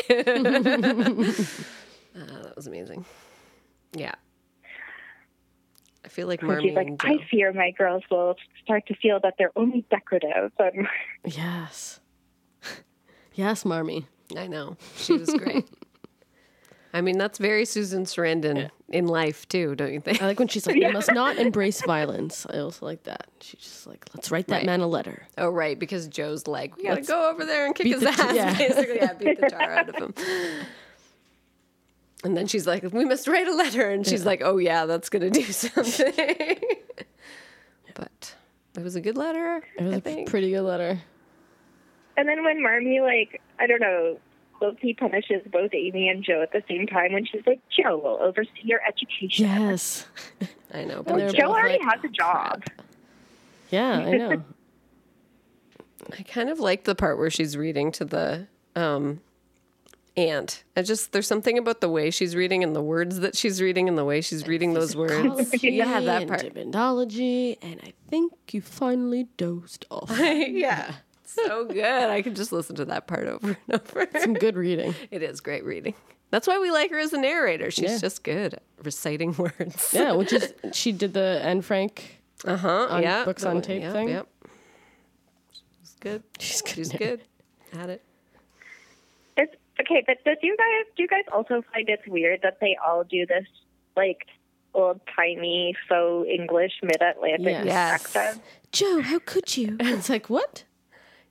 D: *laughs*
B: I? *laughs* uh, that was amazing. Yeah. I feel like
D: And
B: Marmy
D: she's like,
B: and
D: I
B: Joe.
D: *laughs* fear my girls will start to feel that they're only decorative. And
C: Yes. *laughs* Yes, Marmy.
B: I know. She was
D: *laughs*
B: great. I mean, that's very Susan Sarandon in life, too, don't you think?
C: I like when she's like, "We must not embrace violence." I also like that. She's just like, "Let's write that
B: Right.
C: man a letter."
B: Oh, right, because Joe's like, we gotta
C: Let's
B: go over there and kick
C: beat
B: his
C: the
B: ass,
C: tar- yeah.
B: basically. Yeah, beat the tar out of him. And then she's like, we must write a letter. And she's like, oh, yeah, that's gonna do *laughs* something. but it was a good letter.
C: It was
B: I
C: a
B: think.
C: pretty good letter.
D: And then when Marmy, like, I don't know, Loki punishes both Amy and Joe at the same time when she's like, Joe will oversee your education.
C: Yes.
B: I know. Poor
C: they're
B: Joe.
D: Joe
C: was
D: already
C: like,
D: has a job.
C: Yeah, I know.
B: I kind of like the part where she's reading to the um, aunt. I just there's something about the way she's reading and the words that she's reading and the way she's reading *laughs* those words. *laughs*
C: yeah,
B: that
C: that
B: part.
C: part. Dividology, and I think you finally dozed off.
B: *laughs* yeah. So good. I could just listen to that part over and over.
C: Some good
B: *laughs*
C: reading.
B: It is great reading. That's why we like her as a narrator. She's
C: Yeah.
B: just good at reciting *laughs* words.
C: Yeah, which is she did the Anne Frank.
B: Uh huh.
C: On
B: Yeah.
C: books
B: The
C: on
B: one-
C: tape
B: yep,
C: thing.
B: Yep. She's good.
C: She's good
B: She's
C: at it.
B: good at it.
D: It's, okay, but does you guys do you guys also find it's weird that they all do this like old timey faux English mid Atlantic
C: Yes.
B: Yes.
D: accent?
C: Joe, how could you? *laughs* It's like what?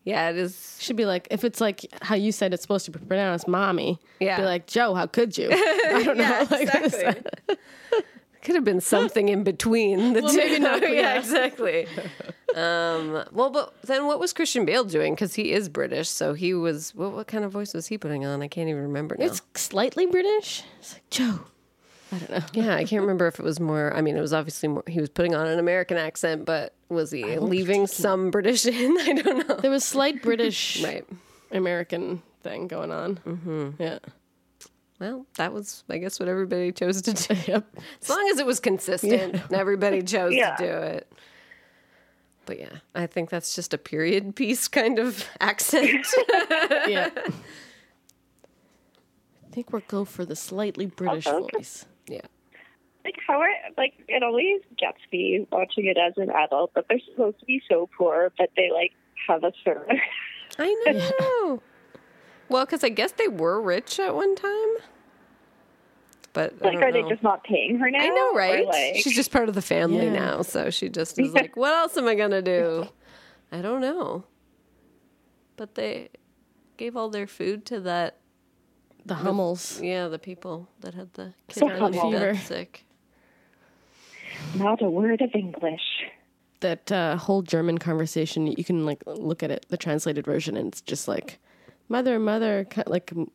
B: Yeah. It is.
C: Should be like if it's like how you said it's supposed to be pronounced, mommy.
B: Yeah.
C: Be like Joe, how could
B: *laughs*
C: you? *laughs* I don't know. *laughs* Like, it's-
B: Could have been something in between the
C: Well,
B: two.
C: maybe not,
B: *laughs* yeah,
C: yeah.
B: exactly. Um, well, but then what was Christian Bale doing? Because he is British, so he was. What, what kind of voice was he putting on? I can't even remember now.
C: It's slightly British. It's like Joe. I don't know.
B: yeah, I can't remember if it was more. I mean, it was obviously more. He was putting on an American accent, but was he leaving some British *laughs* in? I don't know.
C: There was slight British
B: *laughs* Right.
C: American thing going on. Mm-hmm.
B: *laughs*
C: Yeah.
B: Well, that was, I guess, what everybody chose to do.
D: *laughs*
C: Yep.
B: As long as it was consistent, and everybody chose
D: Yeah.
B: to do it. But yeah, I think that's just a period piece kind of *laughs*
D: *laughs*
B: accent.
C: Yeah. I think we'll go for the slightly British
D: Also-
C: voice.
B: yeah.
D: Like how are like it always gets me watching it as an adult that they're supposed to be so poor, but they like have a *laughs* service.
B: I know. Well, because I guess they were rich at one time. But I
D: like,
B: don't
D: are
B: know.
D: they just not paying her now?
B: I know,
D: Or,
B: right?
D: like-
B: She's just part of the family
C: Yeah.
B: now, so she just is like, "What else am I
D: *laughs*
B: gonna do?" I don't know. But they gave all their food to that,
C: The Hummels.
B: yeah, the people that had the
D: Sicko
B: kidney
D: Hummel.
B: fever.
C: fever.
B: Sick.
D: not a word of English.
C: That uh, whole German conversation, you can like look at it, the translated version, and it's just like, mother, mother, co- like, m-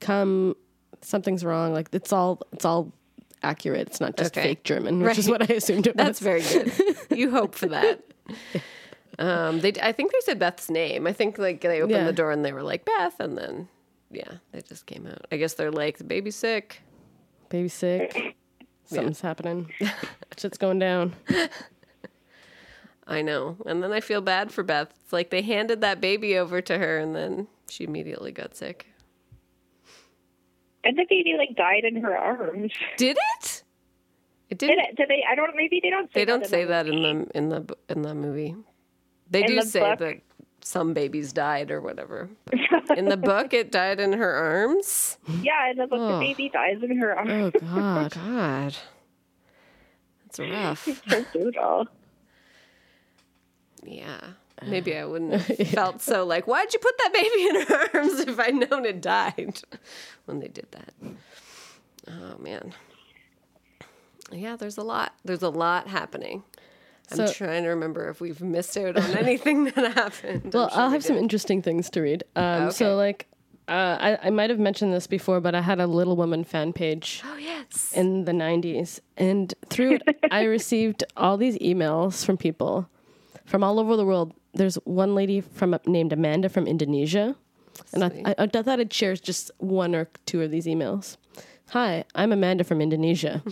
C: come, something's wrong. Like it's all, it's all accurate. It's not just
B: Okay.
C: fake German, which is what I assumed it was.
B: That's very good. You hope for
D: *laughs*
B: that. Um, they, I think they said Beth's name. I think like they opened
C: Yeah.
B: the door and they were like Beth, and then yeah, they just came out. I guess they're like the baby's sick.
C: Baby
B: *laughs*
C: sick. Something's happening. Shit's going down.
B: I know. And then I feel bad for Beth. It's like they handed that baby over to her and then she immediately got sick.
D: And the baby like died in her arms.
B: Did it? It did.
D: Did it? Did they? I don't. Maybe they don't. Say
B: They don't
D: in
B: say
D: the
B: that in the in the bo- in the movie. They
D: In
B: do
D: the
B: say
D: book?
B: that some babies died
D: *laughs*
B: or whatever. But in the book it died in her arms.
D: movie. Yeah, in the book,
B: Oh.
D: the baby dies in her arms. *laughs*
C: Oh God.
B: God. That's rough.
D: So brutal.
B: Yeah. Maybe I *laughs* wouldn't have felt so like, why'd you put that baby in her arms if I'd known it died *laughs* when they did that? Oh, man. Yeah, there's a lot. There's a lot happening. I'm
C: So-
B: trying to remember if we've missed out on *laughs* anything that happened.
C: Well,
B: I'm sure
C: I'll
B: we
C: have some
B: did.
C: interesting things to read. Um,
B: okay.
C: So, like, uh, I, I might have mentioned this before, but I had a Little Woman fan page
B: Oh, yes.
C: in the 90s. And through it, I received all these emails from people from all over the world. There's one lady from named Amanda from Indonesia. And I, I, I thought I'd share just one or two of these emails. Hi, I'm Amanda from Indonesia.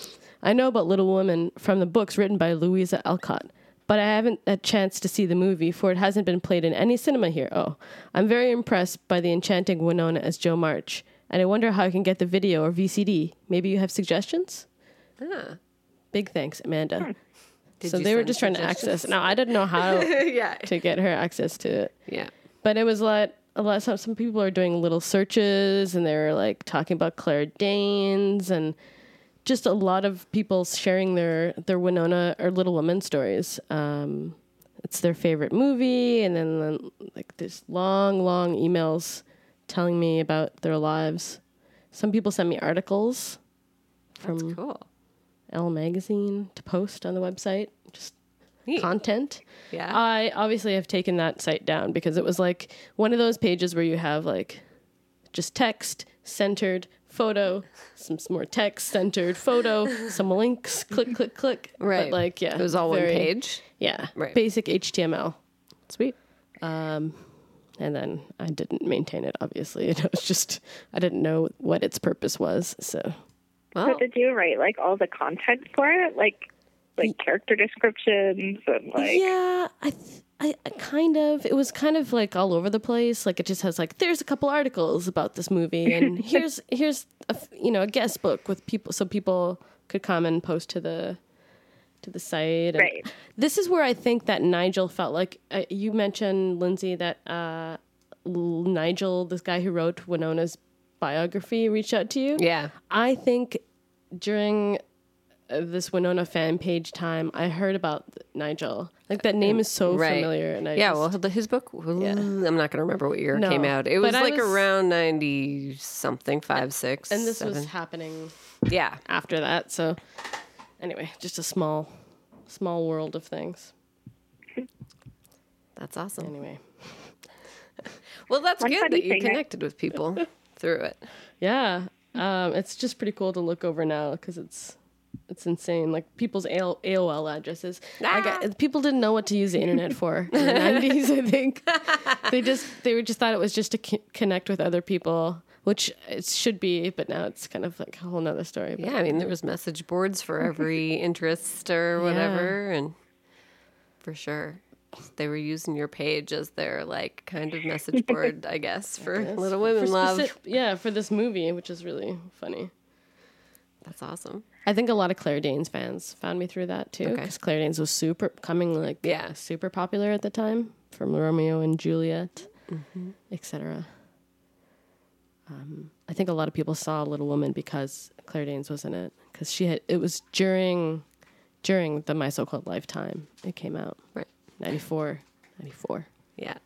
C: I know about Little Woman from the books written by Louisa Alcott, but I haven't a chance to see the movie for it hasn't been played in any cinema here. Oh, I'm very impressed by the enchanting Winona as Joe March, and I wonder how I can get the video or VCD. Maybe you have suggestions?
B: Huh.
C: Big thanks, Amanda.
B: Did
C: so
B: you
C: they were
B: send
C: just trying to
B: suggestions? *laughs*
C: access. Now I didn't know how
B: *laughs* yeah.
C: to get her access to it,
B: Yeah.
C: but it was like a lot some, some people are doing little searches and they're like talking about Claire Danes and just a lot of people sharing their their Winona or Little Women stories. Um, it's their favorite movie, and then, then like there's long, long emails telling me about their lives. Some people send me articles from
B: That's cool.
C: L magazine to post on the website, just
B: Neat.
C: content.
B: Yeah.
C: I obviously have taken that site down because it was like one of those pages where you have like just text, centered, photo, some, some more text, centered,
B: *laughs*
C: photo, some links, click, click, click.
B: right.
C: But like, yeah.
B: It was all
C: very-
B: one page.
C: Yeah.
B: Right.
C: Basic HTML. Sweet. Um, and then I didn't maintain it, obviously. *laughs* It was just, I didn't know what its purpose was. So Oh.
B: Wow.
D: to do right like all the content for it like like character descriptions and like
C: Mm. yeah I, th- I I kind of it was kind of like all over the place like it just has like there's a couple articles about this movie and here's here's a f- you know a guest book with people so people could come and post to the to the site and
D: Right.
C: this is where i think that nigel felt like uh, you mentioned lindsay that uh, L- nigel this guy who wrote winona's biography reached out to you
B: Yeah.
C: I think during uh, this Winona fan page time, I heard about Nigel. Like that name is so
B: Uh, Right.
C: familiar, and I
B: yeah.
C: just-
B: Well, the- his book. I'm not going to remember what year it
C: No.
B: came out. It
C: But
B: was
C: I
B: like
C: was-
B: around ninety something, five, six,
C: and this was *laughs*
B: seven.
C: happening
B: yeah.
C: after that. So anyway, just a small, small world of things.
B: That's awesome.
C: Anyway,
B: Well, that's
D: One
B: good
D: funny
B: that you
D: thing that-
B: connected with
C: *laughs*
B: people through it.
C: yeah, um, it's just pretty cool to look over now because it's. It's insane. Like people's AOL AOL addresses. I
B: Ah.
C: got, people didn't know what to use the internet for in the
B: *laughs*
C: 90s, I think. they just they were just thought it was just to c- connect with other people which it should be but now it's kind of like a whole nother story but
B: Yeah, I mean, there was message boards
C: *laughs*
B: for every interest or whatever, and for sure, they were using your page as their like kind
D: *laughs*
B: of message board, I guess, for Little Women
C: For
B: love.
C: speci- yeah for this movie which is really funny
B: That's awesome.
C: i think a lot of claire danes fans found me through that too
B: Okay.
C: because claire danes was super coming like
B: Yeah.
C: super popular at the time from romeo and juliet
B: Mm-hmm.
C: etc um, i think a lot of people saw little woman because claire danes was in it because she had it was during during the my so-called lifetime it came out
B: Right.
C: 94 94
B: Yeah.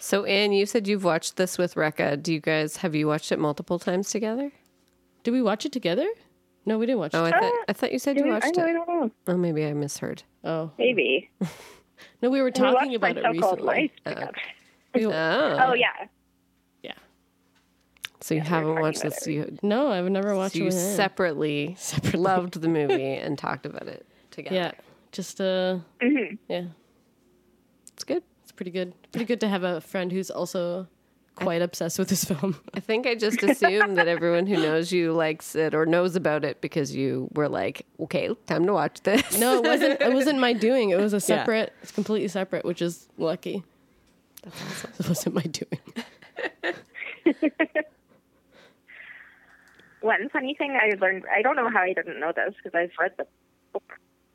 B: So, Anne, you said you've watched this with Rekka. Do you guys have you watched it multiple times together?
C: did we watch it together no we didn't watch
B: Oh,
C: it
B: I thought I thought you said you
D: I
B: watched
D: really
B: it.
D: don't know.
B: Oh, maybe I misheard.
C: oh
D: Maybe.
C: no we were talking about it recently Uh, We-
B: Oh,
D: Oh yeah.
C: yeah
B: so you haven't
D: talking
B: watched
D: about
B: this? You,
C: no i've never watched
B: so
C: it
B: you
C: with Anne.
B: separately, loved the
C: *laughs*
B: movie and talked about it together.
C: yeah just uh yeah
B: it's good.
C: It's pretty good. Pretty good to have a friend who's also quite obsessed with this film.
B: I think I just assume that everyone who knows you likes it or knows about it because you were like, okay, time to watch this.
C: No, it wasn't. It wasn't my doing. It was a separate. It's completely separate, which is lucky. That's awesome. *laughs* It wasn't my doing.
D: One funny thing I learned, I don't know how I didn't know this because I've read the book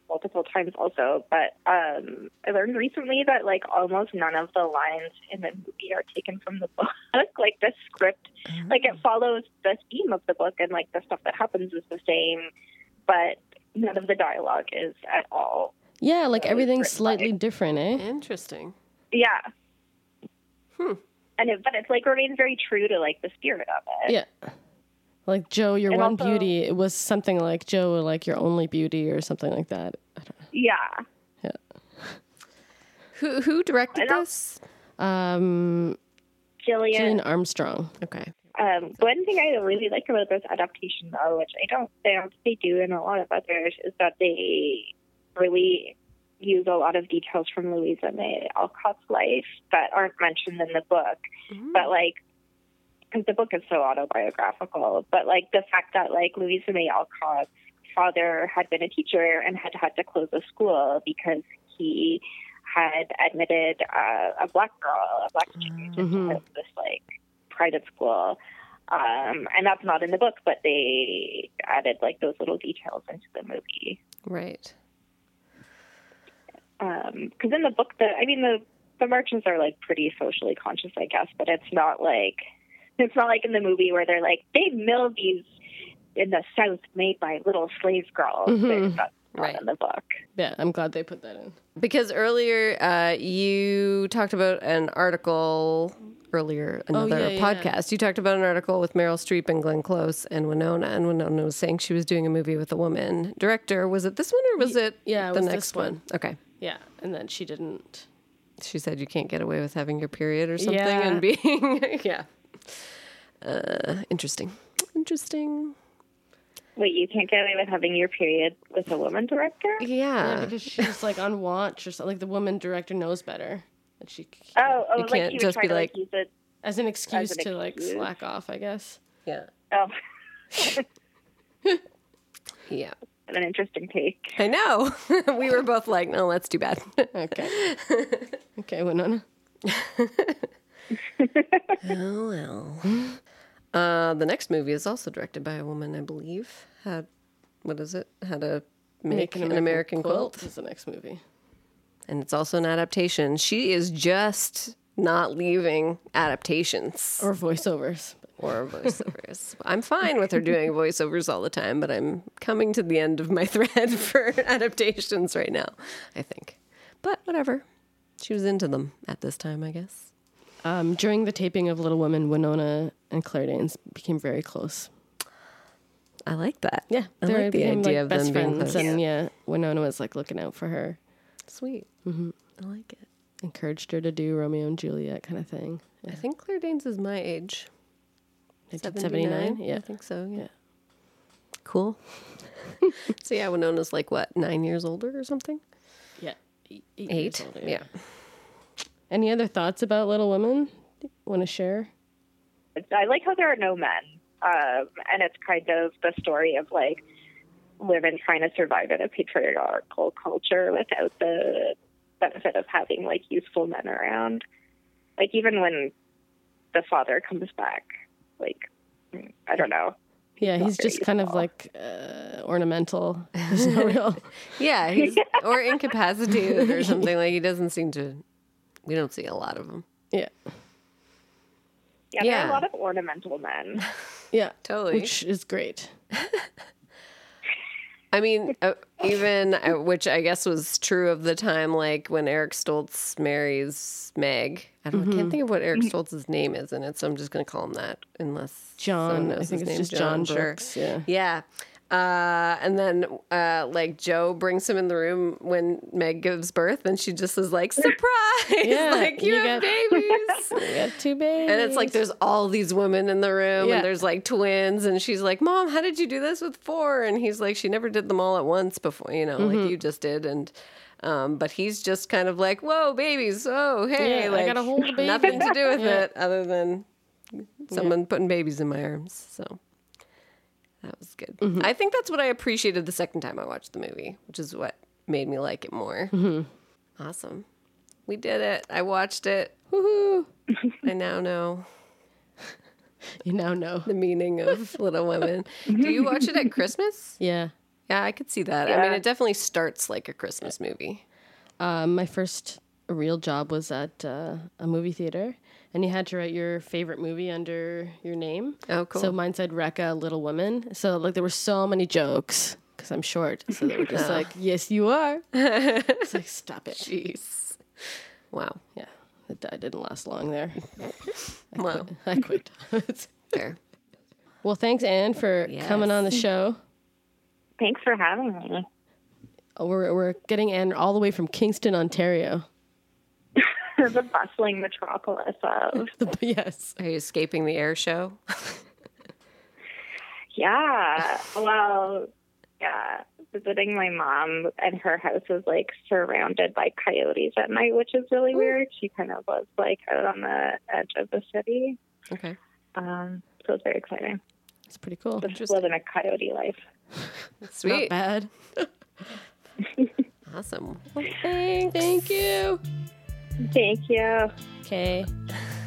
D: multiple times also, but um, I learned recently that like almost none of the lines in the movie are taken from the *laughs* book. like the script, like it follows the theme of the book and like the stuff that happens is the same, but none of the dialogue is at all.
C: Yeah, like everything's
D: written
C: slightly different, eh?
B: Interesting.
D: Yeah. Hmm. And it, but it's like remains very true to like the spirit of it.
C: Yeah. Like Joe, your
D: And
C: one
D: also-
C: beauty. It was something like Joe, like your only beauty, or something like that. I don't
D: Yeah.
B: *laughs* Who who directed
D: And I'll-
B: this?
C: know. Um, Jillian
D: Jillian
C: Armstrong.
B: Okay.
D: Um, one thing I really like about this adaptation, though, which I don't think they do in a lot of others, is that they really use a lot of details from Louisa May Alcott's life that aren't mentioned in the book. But like, because the book is so autobiographical, but like the fact that like Louisa May Alcott's father had been a teacher and had had to close a school because he had admitted uh, a black girl, a black student,
C: Mhm.
D: into this like private school. Um, and that's not in the book, but they added like those little details into the movie.
B: Right.
D: Um, Because in the book, the I mean, the the merchants are like pretty socially conscious, I guess, but it's not like it's not like in the movie where they're like they milled these in the South made by little slave girls. That's not
A: Right.
D: in the book.
C: Yeah, I'm glad they put that in.
B: Because earlier uh, you talked about an article earlier another
C: Oh, yeah, yeah.
B: podcast. You talked about an article with Meryl Streep and Glenn Close and Winona, and Winona was saying she was doing a movie with a woman director. Was it this one or was it
C: yeah, it
B: the
C: was
B: next
C: this one.
B: Okay.
C: Yeah, and then she didn't.
B: She said you can't get away with having your period or something
C: Yeah.
B: and being *laughs* yeah. Uh, interesting. Interesting.
D: Wait, you can't get away with having your period with a woman director?
B: Yeah.
C: because she's like on watch or something. Like the woman director knows better. And she
D: Oh, oh,
B: You
D: like
B: can't
D: he was
B: just
D: trying
B: be
D: to
B: like-
D: use it.
C: as an excuse
D: an
C: to like
D: excuse.
C: slack off, I guess.
B: yeah.
D: *laughs* Oh,
B: Yeah.
D: an interesting take.
B: I know. *laughs* we were both like, no, that's too bad. *laughs*
C: Okay. *laughs* okay, Winona.
B: Oh well. *gasps* Uh, the next movie is also directed by a woman, I believe. How, what is it? How to *laughs* make, an, American, quilt.
C: is the next movie.
B: and it's also an adaptation. She is just not leaving adaptations
C: Or voiceovers.
B: or *laughs* voiceovers. I'm fine with her doing voiceovers all the time, but I'm coming to the end of my *laughs* thread for adaptations right now. I think, but whatever. She was into them at this time, I guess.
C: Um, during the taping of Little Women, Winona and Claire Danes became very close.
B: I like that.
C: Yeah,
B: I
C: they
B: like the
C: became
B: idea
C: like
B: of
C: best
B: them being
C: friends,
B: close.
C: and yeah, Winona was like looking out for her,
B: Sweet. I like it.
C: encouraged her to do Romeo and Juliet kind of thing.
B: I think Claire Danes is my age.
C: 1979,
B: I
C: yeah.
B: think so. Yeah.
C: Yeah.
B: Cool. *laughs* so yeah, Winona's like what, nine years older or something?
C: Yeah. Eight.
B: Eight.
C: years older,
B: yeah.
C: Any other thoughts about Little Women? Want to share?
D: I like how there are no men, um, and it's kind of the story of like women trying to survive in a patriarchal culture without the benefit of having like useful men around. Like even when the father comes back, like I don't know.
C: Yeah, he's
D: very
C: just kind of
D: useful.
C: like uh, ornamental. There's
B: *laughs*
C: no real.
B: Yeah. He's, or incapacitated *laughs* or something. Like he doesn't seem to we don't see a lot of them.
C: Yeah.
D: Yeah, there are
B: Yeah.
D: a lot of ornamental men.
C: Yeah.
B: Totally.
C: Which is great.
B: I mean, uh, even uh, which I guess was true of the time, like when Eric Stoltz marries Meg. I don't,
C: Mm-hmm.
B: I can't think of what Eric Stoltz's name is in it, so I'm just going to call him that, unless someone
C: John.
B: knows
C: I think
B: his
C: it's
B: name.
C: just John,
B: sure.
C: Brooks. Yeah.
B: Yeah. Uh, and then, uh, like, Joe brings him in the room when Meg gives birth, and she just is
C: *laughs*
B: like, surprise! *laughs*
C: Yeah,
B: like, you,
C: you got-
B: have
C: *laughs*
B: babies!
C: We got two babies.
B: and it's like, there's all these women in the room,
C: Yeah.
B: and there's like twins, and she's like, Mom, how did you do this with four? And he's like, She never did them all at once before, you know,
C: Mm-hmm.
B: like you just did. And, um, but he's just kind of like, Whoa, babies! Oh, hey!
C: Yeah, I
B: like,
C: gotta hold the baby.
B: *laughs* nothing to do with
C: Yeah.
B: it other than someone putting babies in my arms. So that was good.
C: Mm-hmm.
B: I think that's what I appreciated the second time I watched the movie, which is what made me like it more.
C: Mm-hmm.
B: Awesome. We did it. I watched it. Woohoo. I now know
C: *laughs* you now know.
B: the
C: *laughs*
B: meaning of Little Women. Do you watch it at Christmas?
C: Yeah.
B: Yeah, I could see that. I mean, it definitely starts like a Christmas movie.
C: Um, my first real job was at uh, a movie theater, and you had to write your favorite movie under your name.
B: Oh, cool.
C: So mine said Rekka, Little Women. So like there were so many jokes because I'm short. So they were
B: *laughs* Oh.
C: just like, "Yes, you are." it's like, stop it.
B: Jeez. Wow.
C: Yeah, it, I didn't last long
B: *laughs*
C: there.
B: Wow.
C: *laughs* I quit.
B: Fair.
C: well, thanks, Anne, for coming on the show.
D: Thanks for having me. *laughs*
C: Oh, We're we're getting Anne all the way from Kingston, Ontario. *laughs*
D: the bustling metropolis of
C: yes.
B: Are you escaping the air show? *laughs*
D: Yeah. Well, yeah. Visiting my mom and her house is like surrounded by coyotes at night, which is really weird. She kind of lives like out on the edge of the city.
B: Okay.
D: Um, so it's very exciting.
C: It's pretty cool.
D: Just living a coyote life.
C: Not
B: Sweet.
C: bad.
B: Awesome.
C: Thanks. Thank you.
D: Thank you.
C: Okay.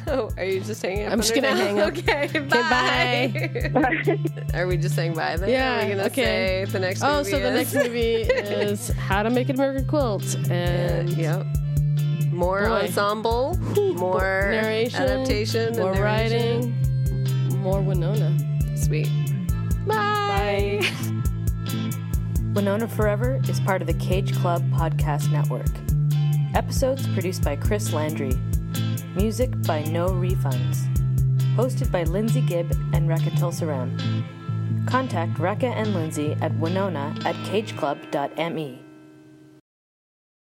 B: Oh, are you just hanging up?
C: I'm just
B: on her
C: gonna
B: now?
C: hang up.
B: Okay, *laughs* bye. are we just saying bye then?
C: Yeah,
B: Are we gonna
C: okay.
B: say the next
C: Oh,
B: movie
C: so the
B: is- *laughs*
C: next movie is How to Make an American Quilt. And
B: *laughs* Yep. more
C: Boy.
B: ensemble, more
C: Narration,
B: adaptation,
C: more
B: and narration.
C: writing, more Winona.
B: Sweet. Bye.
E: Winona Forever is part of the Cage Club Podcast Network. Episodes produced by Chris Landry. Music by No Refunds. Hosted by Lindsay Gibb and Rekha Tulsaram. Contact Rekha and Lindsay at winona at cageclub.me.